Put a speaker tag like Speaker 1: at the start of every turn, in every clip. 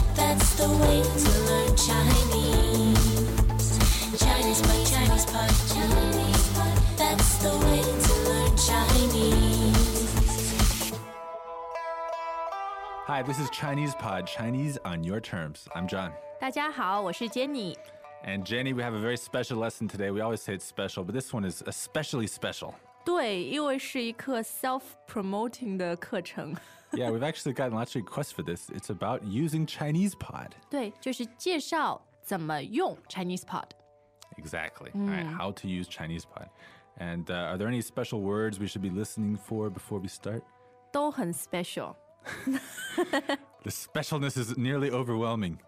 Speaker 1: a way to learn Chinese. Chinese pot, Chinese pot, Chinese pot. That's the way to learn Chinese.
Speaker 2: Hi, this is Chinese Pod, Chinese on your terms. I'm John.
Speaker 3: 大家好，我是 Jenny。
Speaker 2: And Jenny, we have a very special lesson today. We always say it's special, but this one is especially special.
Speaker 3: 对，因为是一课 self promoting 的课程，
Speaker 2: Yeah, we've actually gotten lots of requests for this. It's about using Chinese Pod.
Speaker 3: 对，就是介绍怎么用 Chinese Pod。
Speaker 2: Exactly. All right, how to use Chinese Pod. And uh, are there any special words we should be listening for before we start?
Speaker 3: 都很 special，
Speaker 2: The specialness is nearly overwhelming.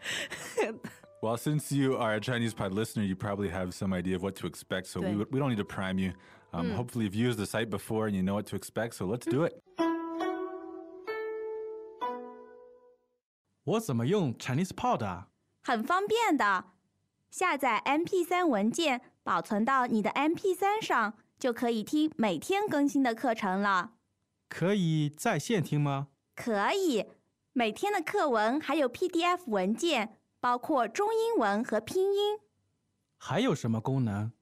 Speaker 2: well, since you are a Chinese Pod listener, you probably have some idea of what to expect, so we,
Speaker 3: Good.
Speaker 2: would- we don't need to prime you. Um, Hopefully, you've used the site before and you know what to expect, so let's do it.
Speaker 4: 我怎么用 Chinese Pod 啊？
Speaker 5: 很方便的。下载 MP3 文件，保存到你的 MP3 上，就可以听每天更新的课程了。
Speaker 4: 可以在线听吗？
Speaker 5: 可以，每天的课文还有 PDF 文件，包括中英文和拼音，
Speaker 4: 还有什么功能？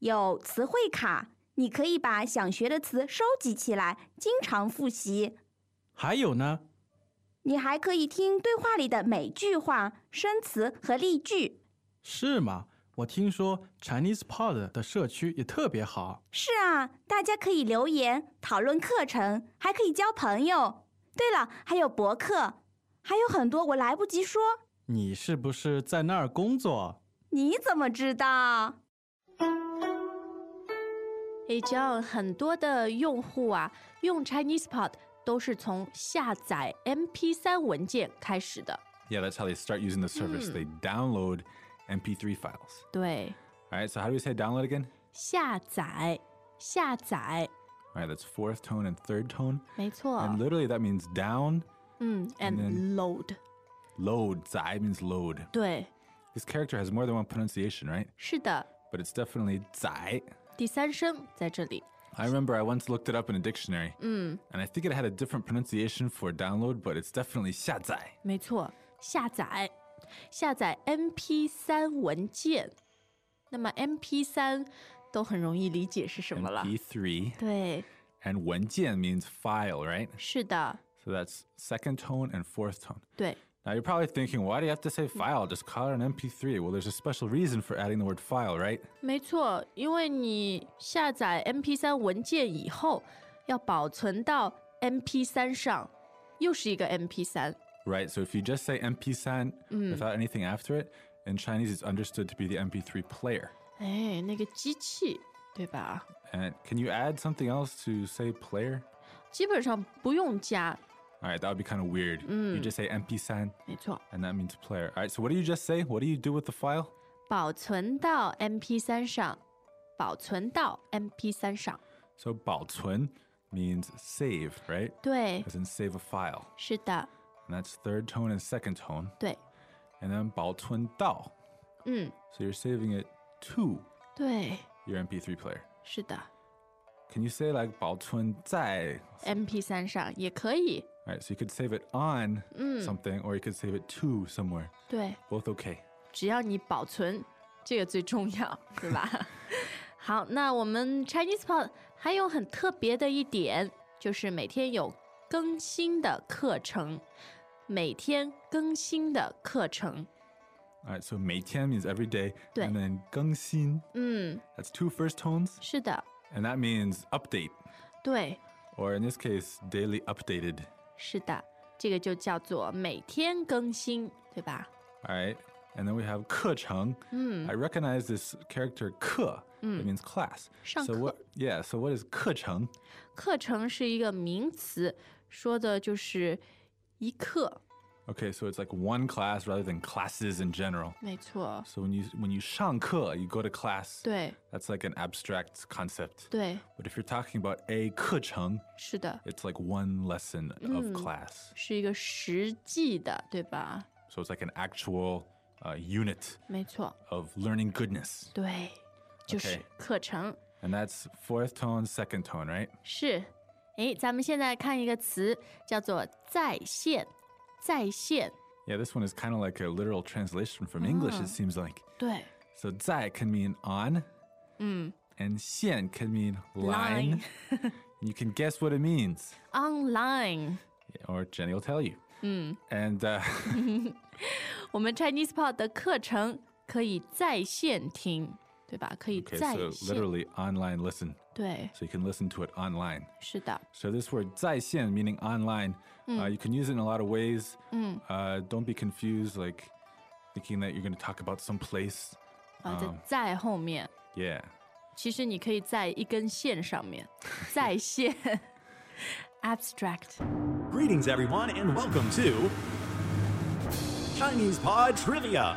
Speaker 5: 有词汇卡，你可以把想学的词收集起来，经常复习。
Speaker 4: 还有呢？
Speaker 5: 你还可以听对话里的每句话、生词和例句。
Speaker 4: 是吗？我听说 Chinese Pod 的社区也特别好。
Speaker 5: 是啊，大家可以留言讨论课程，还可以交朋友。对了，还有博客，还有很多我来不及说。
Speaker 4: 你是不是在那儿工作？
Speaker 5: 你怎么知道？
Speaker 3: 诶，这样很多的用户啊，用 Chinese Pod 都是从下载 MP3 文件开始的。
Speaker 2: Yeah, that's how they start using the service. They download MP3 files.
Speaker 3: 对，
Speaker 2: All right, so how do we say download again?
Speaker 3: 下载，下载，
Speaker 2: All right, that's fourth tone and third tone.
Speaker 3: 没错
Speaker 2: And。literally, that means down.
Speaker 3: 嗯，and load，
Speaker 2: Load. Zai means load.
Speaker 3: 对，
Speaker 2: This character has more than one pronunciation, right?
Speaker 3: 是的，
Speaker 2: But it's definitely zai.
Speaker 3: 第三声在这里。
Speaker 2: I remember I once looked it up in a dictionary, and I think it had a different pronunciation for download, but it's definitely 下载.
Speaker 3: 没错，下载下载 MP 3文件。那么 MP 3都很容易理解是什么了。
Speaker 2: MP3.
Speaker 3: 对，
Speaker 2: And 文件 means file, right?
Speaker 3: 是的，
Speaker 2: So that's second tone and fourth tone.
Speaker 3: 对
Speaker 2: Now you're probably thinking, why do you have to say file? Just call it an MP3. Well, there's a special reason for adding the word file, right?
Speaker 3: 没错，因为你下载 MP 3文件以后，要保存到 MP 3上，又是一个 MP 3
Speaker 2: Right. So if you just say MP3 without anything after it, in Chinese it's understood to be the MP3 player.
Speaker 3: 哎，那个机器，对吧？
Speaker 2: And can you add something else to say player?
Speaker 3: 基本上不用加，
Speaker 2: All right, that would be kind of weird. You just say MP3
Speaker 3: 没错，
Speaker 2: and that means player. All right, so what do you just say? What do you do with the file?
Speaker 3: 保存到 MP 3上，保存到 MP 3上。
Speaker 2: So 保存 means save, right?
Speaker 3: 对，
Speaker 2: As in save a file.
Speaker 3: 是的，
Speaker 2: And that's third tone and second tone.
Speaker 3: 对，
Speaker 2: And then 保存到.
Speaker 3: 嗯，
Speaker 2: So you're saving it to
Speaker 3: 对，
Speaker 2: your MP3 player.
Speaker 3: 是的
Speaker 2: Can you say like 保存在
Speaker 3: ，MP 3上也可以，
Speaker 2: All right, so you could save it on something or you could save it to somewhere.
Speaker 3: 对，
Speaker 2: Both okay.
Speaker 3: 只要你保存，这个最重要，对吧？ 好，那我们 Chinese Pod 还有很特别的一点，就是每天有更新的课程，每天更新的课程，
Speaker 2: All right, so 每天 means every day.
Speaker 3: 对。
Speaker 2: And then 更新,
Speaker 3: 嗯，
Speaker 2: that's two first tones,
Speaker 3: 是的，
Speaker 2: and that means update,
Speaker 3: 对，
Speaker 2: or in this case, daily updated.
Speaker 3: 是的，这个就叫做每天更新，对吧？
Speaker 2: All right, and then we have 课程. I recognize this character 课, it means class. So
Speaker 3: 上课。
Speaker 2: what? Yeah, so what is 课程?
Speaker 3: 课程是一个名词，说的就是一课，
Speaker 2: Okay, so it's like one class rather than classes in general.
Speaker 3: 没错，
Speaker 2: So when you when you 上课, you go to class.
Speaker 3: 对
Speaker 2: That's like an abstract concept.
Speaker 3: 对，
Speaker 2: But if you're talking about a 课程,
Speaker 3: 是的，
Speaker 2: it's like one lesson of class.
Speaker 3: 是一个实际的，对吧？
Speaker 2: So it's like an actual uh, unit
Speaker 3: 没错，
Speaker 2: of learning goodness.
Speaker 3: 对，就是课程
Speaker 2: And that's fourth tone, second tone, right?
Speaker 3: 是。诶，咱们现在看一个词，叫做在线，在线
Speaker 2: Yeah, this one is kind of like a literal translation from English,
Speaker 3: Ah.
Speaker 2: it seems like.
Speaker 3: 对，
Speaker 2: So, 在 can mean on,
Speaker 3: 嗯
Speaker 2: and 线 can mean line. you can guess what it means,
Speaker 3: ，online，
Speaker 2: or Jenny will tell you.
Speaker 3: 嗯，
Speaker 2: And uh,
Speaker 3: 我们 Chinese Pod 的课程可以在线听，对吧？可以
Speaker 2: okay,
Speaker 3: 在
Speaker 2: so
Speaker 3: 线，
Speaker 2: literally online listen.
Speaker 3: 对，
Speaker 2: So, you can listen to it online.
Speaker 3: 是的，
Speaker 2: So this word 在线 meaning online, uh, you can use it in a lot of ways. Uh, don't be confused, like thinking that you're going to talk about some place.
Speaker 3: 啊，在在后面，
Speaker 2: Yeah,
Speaker 3: 其实你可以在一根线上面，在线 ，abstract。
Speaker 6: Greetings, everyone, and welcome to Chinese Pod Trivia.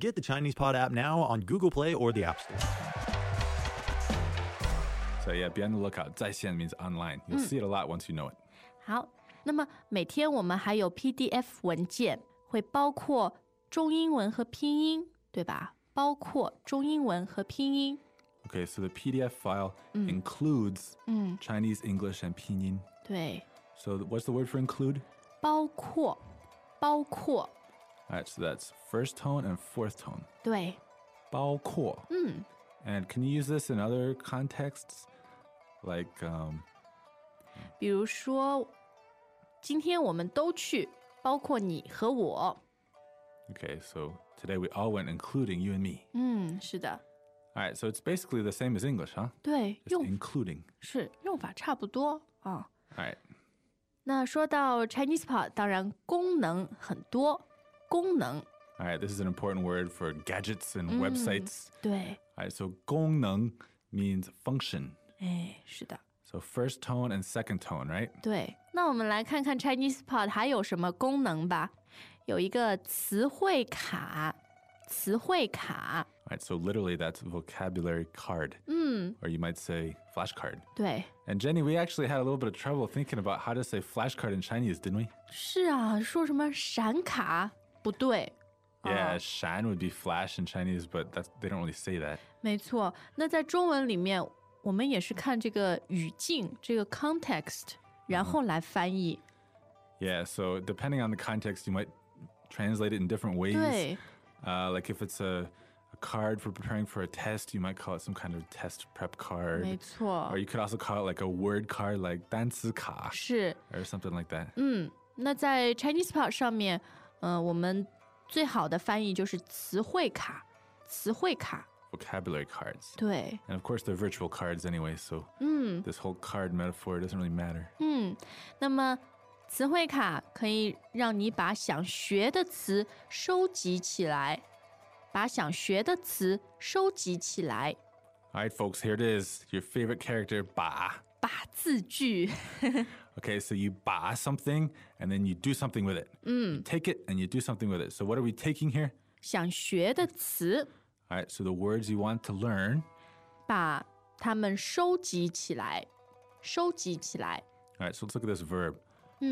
Speaker 6: Get the Chinese Pod app now on Google Play or the App Store.
Speaker 2: so yeah, be on the lookout. 在线 means online. You'll see it a lot once you know it.
Speaker 3: 好，那么每天我们还有 PDF 文件，会包括中英文和拼音，对吧？包括中英文和拼音，
Speaker 2: Okay, so the PDF file includes Chinese, English, and Pinyin.
Speaker 3: 对，
Speaker 2: So th- what's the word for include?
Speaker 3: 包括，包括，
Speaker 2: All right, so that's first tone and fourth tone.
Speaker 3: 对，
Speaker 2: 包括. And can you use this in other contexts? Like, um,
Speaker 3: 比如说，今天我们都去，包括你和我，
Speaker 2: okay, so today we all went, including you and me.
Speaker 3: 嗯，是的，
Speaker 2: All right, so it's basically the same as English, huh?
Speaker 3: 对，
Speaker 2: Just
Speaker 3: 用
Speaker 2: including.
Speaker 3: 是用法差不多啊。
Speaker 2: All right.
Speaker 3: 那说到 Chinese Pod，当然功能很多，功能
Speaker 2: All right, this is an important word for gadgets and websites.
Speaker 3: 对，
Speaker 2: All right, so 功能 means function.
Speaker 3: 哎，是的。
Speaker 2: So first tone and second tone, right?
Speaker 3: 对，那我们来看看 Chinese Pod 还有什么功能吧。有一个词汇卡，词汇卡，
Speaker 2: All right, so literally that's vocabulary card,
Speaker 3: 嗯，
Speaker 2: or you might say flashcard.
Speaker 3: 对，
Speaker 2: And Jenny, we actually had a little bit of trouble thinking about how to say flashcard in Chinese, didn't we?
Speaker 3: 是啊，说什么闪卡不对，
Speaker 2: Yeah, shan would be flash in Chinese, but that's, they don't really say that.
Speaker 3: 没错。那在中文里面，我们也是看这个语境，这个 context，然后来翻译。
Speaker 2: Yeah, so depending on the context, you might translate it in different ways.
Speaker 3: 对，
Speaker 2: Uh, like if it's a, a card for preparing for a test, you might call it some kind of test prep card.
Speaker 3: 没错
Speaker 2: Or，you could also call it like a word card, like 单词卡
Speaker 3: 是。
Speaker 2: or something like that.
Speaker 3: 嗯，那在 Chinese Pod 上面，嗯、我们最好的翻译就是词汇卡，词汇卡，
Speaker 2: Vocabulary cards.
Speaker 3: 对。
Speaker 2: And of course, they're virtual cards anyway, so
Speaker 3: 嗯
Speaker 2: this whole card metaphor doesn't really matter.
Speaker 3: 嗯，那么词汇卡可以让你把想学的词收集起来，把想学的词收集起来，
Speaker 2: All right, folks, here it is. Your favorite character, ba.
Speaker 3: 把字句。
Speaker 2: Okay, so you ba something and then you do something with it. You take it and you do something with it. So, what are we taking here?
Speaker 3: 想学的词，
Speaker 2: All right, so the words you want to learn.
Speaker 3: 把它们收集起来，收集起来。
Speaker 2: All right, so let's look at this verb.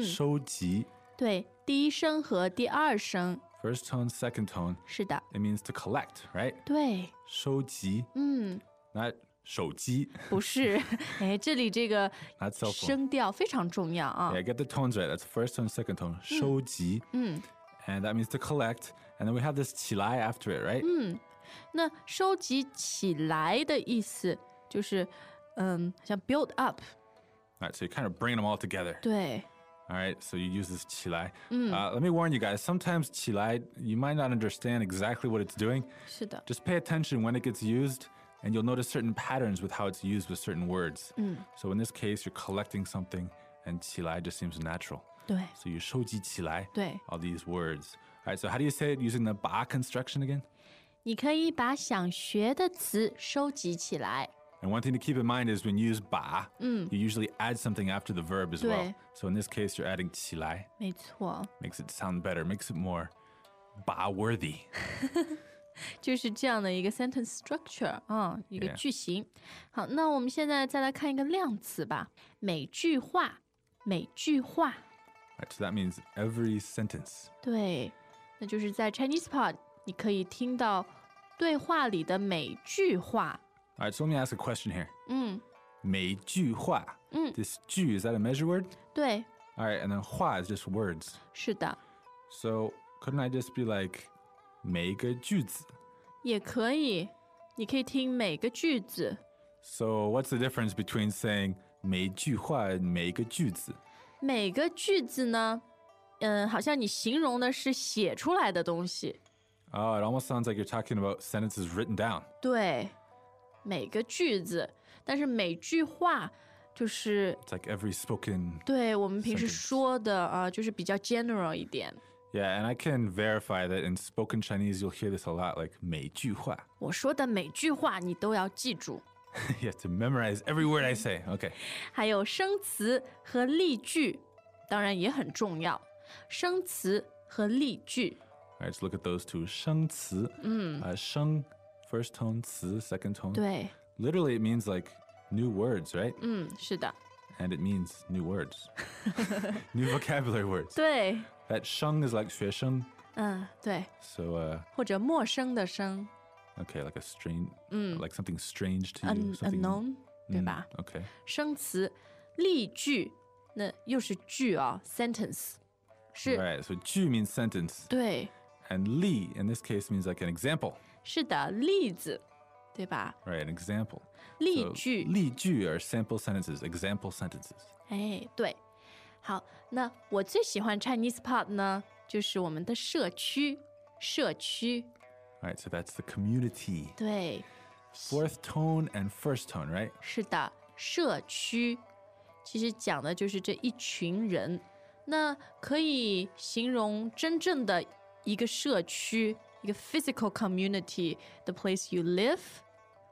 Speaker 2: 收集,
Speaker 3: 对，第一声和第二声，
Speaker 2: first tone, second tone.
Speaker 3: 是的，
Speaker 2: It means to collect, right?
Speaker 3: 对，
Speaker 2: 收集,
Speaker 3: 嗯，
Speaker 2: not 手机,
Speaker 3: 不是， 哎，这里这个
Speaker 2: not cell phone.
Speaker 3: 声调非常重要啊
Speaker 2: Yeah, get the tones right. That's first tone, second tone. 收集,
Speaker 3: 嗯。
Speaker 2: and that means to collect. And then we have this 起来 after it, right?
Speaker 3: 嗯，那收集起来的意思就是，嗯，像 build up，
Speaker 2: All right, so you're kind of bringing them all together.
Speaker 3: 对，
Speaker 2: All right, so you use this qilai. Uh, let me warn you guys, sometimes qilai, you might not understand exactly what it's doing.
Speaker 3: 是的，
Speaker 2: Just pay attention when it gets used, and you'll notice certain patterns with how it's used with certain words. So in this case, you're collecting something, and qilai just seems natural.
Speaker 3: 对，
Speaker 2: So you 收集起来
Speaker 3: 对。
Speaker 2: all these words. All right, so how do you say it using the ba construction again?
Speaker 3: 你可以把想学的词收集起来，
Speaker 2: And one thing to keep in mind is when you use ba, you usually add something after the verb as well.
Speaker 3: Dui.
Speaker 2: So in this case, you're adding 起来
Speaker 3: 没错，
Speaker 2: makes it sound better, makes it more ba worthy.
Speaker 3: 就是这样的一个 sentence structure 啊，一个
Speaker 2: Yeah.
Speaker 3: 句型。好，那我们现在再来看一个量词吧，每句话，每句话，
Speaker 2: Right, so that means every sentence.
Speaker 3: 对，那就是在 Chinese Pod 你可以听到对话里的每句话。
Speaker 2: All right, so let me ask a question here.
Speaker 3: 嗯，
Speaker 2: 每句话.
Speaker 3: Mm.
Speaker 2: This 句, is that a measure word?
Speaker 3: 对，
Speaker 2: All right, and then 话 is just words.
Speaker 3: 是的，
Speaker 2: So couldn't I just be like 每个句子?
Speaker 3: 也可以，你可以听每个句子。
Speaker 2: So what's the difference between saying 每句话 and 每个句子?
Speaker 3: 每个句子呢，嗯，好像你形容的是写出来的东西。
Speaker 2: Oh, it almost sounds like you're talking about sentences written down.
Speaker 3: 对，每个句子，但是每句话就是。
Speaker 2: It's like every spoken
Speaker 3: 对我们平时
Speaker 2: Sentence
Speaker 3: 说的啊、就是比较 general 一点。
Speaker 2: Yeah, and I can verify that in spoken Chinese, you'll hear this a lot, like 每句话.
Speaker 3: 我说的每句话你都要记住。
Speaker 2: you have to memorize every word I say. Okay.
Speaker 3: 还有生词和例句，当然也很重要。生词和例句，
Speaker 2: All right, let's look at those two. 生词, uh, 生, first tone, 词, second tone.
Speaker 3: 对，
Speaker 2: Literally, it means like new words, right?
Speaker 3: 嗯，是的，
Speaker 2: And it means new words, new vocabulary words.
Speaker 3: 对，
Speaker 2: That 生 is like 学生,
Speaker 3: 嗯，对，
Speaker 2: so uh,
Speaker 3: 或者陌生的生
Speaker 2: okay, like a strange, like something strange to you,
Speaker 3: ，un
Speaker 2: something
Speaker 3: 嗯 unknown，对
Speaker 2: Mm,
Speaker 3: 吧？
Speaker 2: Okay.
Speaker 3: 生词、例句，那又是句啊，sentence，
Speaker 2: All
Speaker 3: 是，
Speaker 2: right, so 句 means sentence,
Speaker 3: 对，
Speaker 2: and 例 in this case means like an example,
Speaker 3: 是的，例子，对吧？
Speaker 2: right? An example.
Speaker 3: 例
Speaker 2: So
Speaker 3: 句，
Speaker 2: 例句 are sample sentences, example sentences.
Speaker 3: 哎，对，好，那我最喜欢 Chinese Pod 呢，就是我们的社区，社区，
Speaker 2: All right, so that's the community.
Speaker 3: 对，
Speaker 2: Fourth tone and first tone, right?
Speaker 3: 是的，社区，其实讲的就是这一群人，那可以形容真正的一个社区，一个 physical community，the place you live，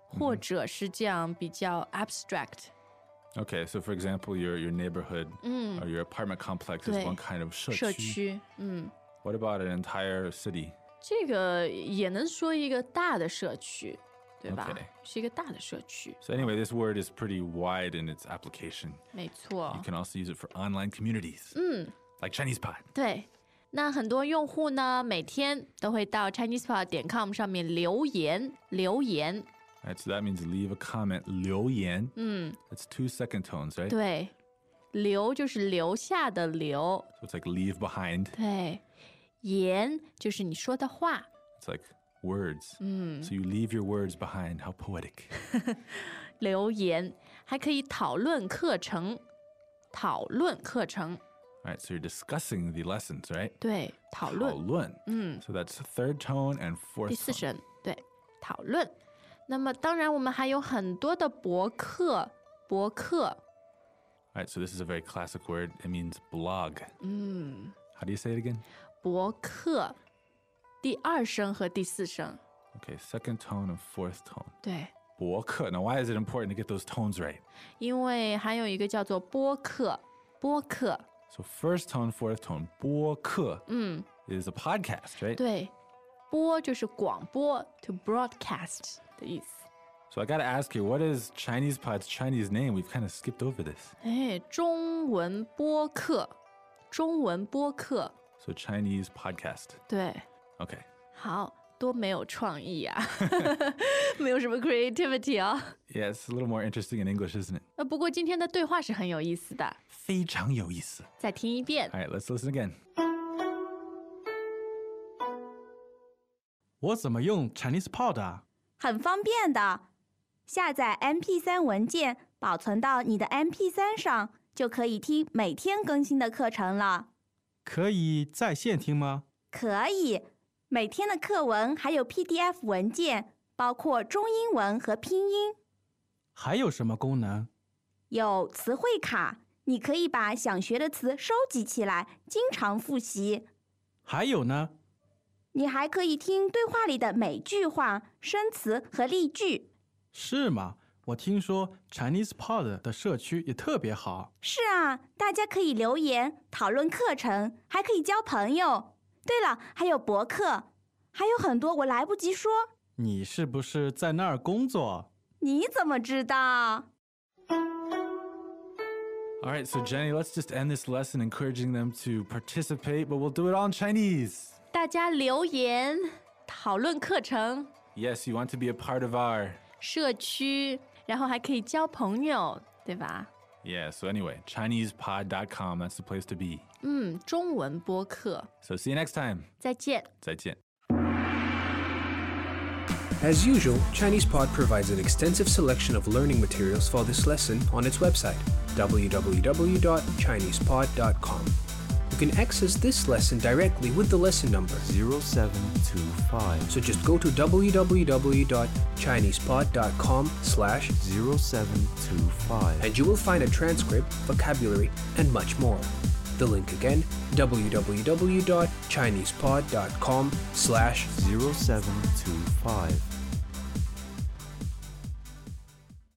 Speaker 3: 或
Speaker 2: 嗯
Speaker 3: 者是这样比较 abstract，
Speaker 2: Okay, so for example, your your neighborhood or your apartment complex is
Speaker 3: 对。
Speaker 2: one kind of 社区.
Speaker 3: 社区，嗯。
Speaker 2: What about an entire city?
Speaker 3: 这个也能说一个大的社区，对吧
Speaker 2: OK
Speaker 3: 是一个大的社区，
Speaker 2: So anyway, this word is pretty wide in its application.
Speaker 3: 没错
Speaker 2: You。can also use it for online communities. Like Chinese pot.
Speaker 3: 对，那很多用户呢，每天都会到 ChinesePod 点 com 上面留言，留言，
Speaker 2: All right, so that means leave a comment, 留言. That's two second tones, right?
Speaker 3: 对，留就是留下的留，
Speaker 2: So it's like leave behind.
Speaker 3: 对，言就是你说的话，
Speaker 2: It's like words. So you leave your words behind. How poetic.
Speaker 3: 留言还可以讨论课程，讨论课程，
Speaker 2: All right, so you're discussing the lessons, right?
Speaker 3: 对，讨论。
Speaker 2: So that's third tone and
Speaker 3: 第
Speaker 2: fourth
Speaker 3: 四
Speaker 2: tone.
Speaker 3: 声，对，讨论。那么当然，我们还有很多的博客，博客
Speaker 2: All right, so this is a very classic word. It means blog.
Speaker 3: Mm.
Speaker 2: How do you say it again?
Speaker 3: 博客，第二声和第四声，
Speaker 2: Okay, second tone and fourth tone.
Speaker 3: 对，
Speaker 2: 博客. Now, why is it important to get those tones right?
Speaker 3: 因为还有一个叫做播客，播客，
Speaker 2: So first tone, fourth tone. 播客
Speaker 3: Mm.
Speaker 2: is a podcast, right?
Speaker 3: 对，播就是广播，to broadcast 的意思。
Speaker 2: So I got to ask you, what is Chinese Pod's Chinese name? We've kind of skipped over this.
Speaker 3: 哎，中文播客，中文播客，
Speaker 2: So Chinese podcast.
Speaker 3: 对，
Speaker 2: Okay.
Speaker 3: 好多没有创意 啊，没有什么 creativity 啊、
Speaker 2: Yeah, it's a little more interesting in English, isn't it?
Speaker 3: 呃，不过今天的对话是很有意思的，
Speaker 2: 非常有意思.
Speaker 3: 再听一遍。
Speaker 2: All right, let's listen again.
Speaker 4: 我怎么用 Chinese Pod 啊？
Speaker 5: 很方便的。下载 MP3 文件，保存到你的 MP3 上，就可以听每天更新的课程了。
Speaker 4: 可以在线听吗？
Speaker 5: 可以，每天的课文还有 PDF 文件，包括中英文和拼音，
Speaker 4: 还有什么功能？
Speaker 5: 有词汇卡，你可以把想学的词收集起来，经常复习。
Speaker 4: 还有呢？
Speaker 5: 你还可以听对话里的每句话、生词和例句。
Speaker 4: 是吗？我听说 Chinese Pod 的社区也特别好。
Speaker 5: 是啊，大家可以留言讨论课程，还可以交朋友。对了，还有博客，还有很多我来不及说。
Speaker 4: 你是不是在那儿工作？
Speaker 5: 你怎么知道？
Speaker 2: All right, so Jenny, let's just end this lesson encouraging them to participate, but we'll do it all in Chinese.
Speaker 3: 大家留言讨论课程、
Speaker 2: Yes, you want to be a part of our.
Speaker 3: 社区，然后还可以交朋友，对吧？
Speaker 2: Yeah, so anyway, ChinesePod.com, that's the place to be.
Speaker 3: 嗯，中文播客，
Speaker 2: So see you next time.
Speaker 3: 再见。
Speaker 2: 再见.
Speaker 7: As usual, ChinesePod provides an extensive selection of learning materials for this lesson on its website, www.chinesepod.com. You can access this lesson directly with the lesson number,
Speaker 8: 0725
Speaker 7: so just go to www.chinesepod.com slash
Speaker 8: 0725
Speaker 7: and you will find a transcript, vocabulary, and much more. The link again, www.chinesepod.com slash
Speaker 8: 0725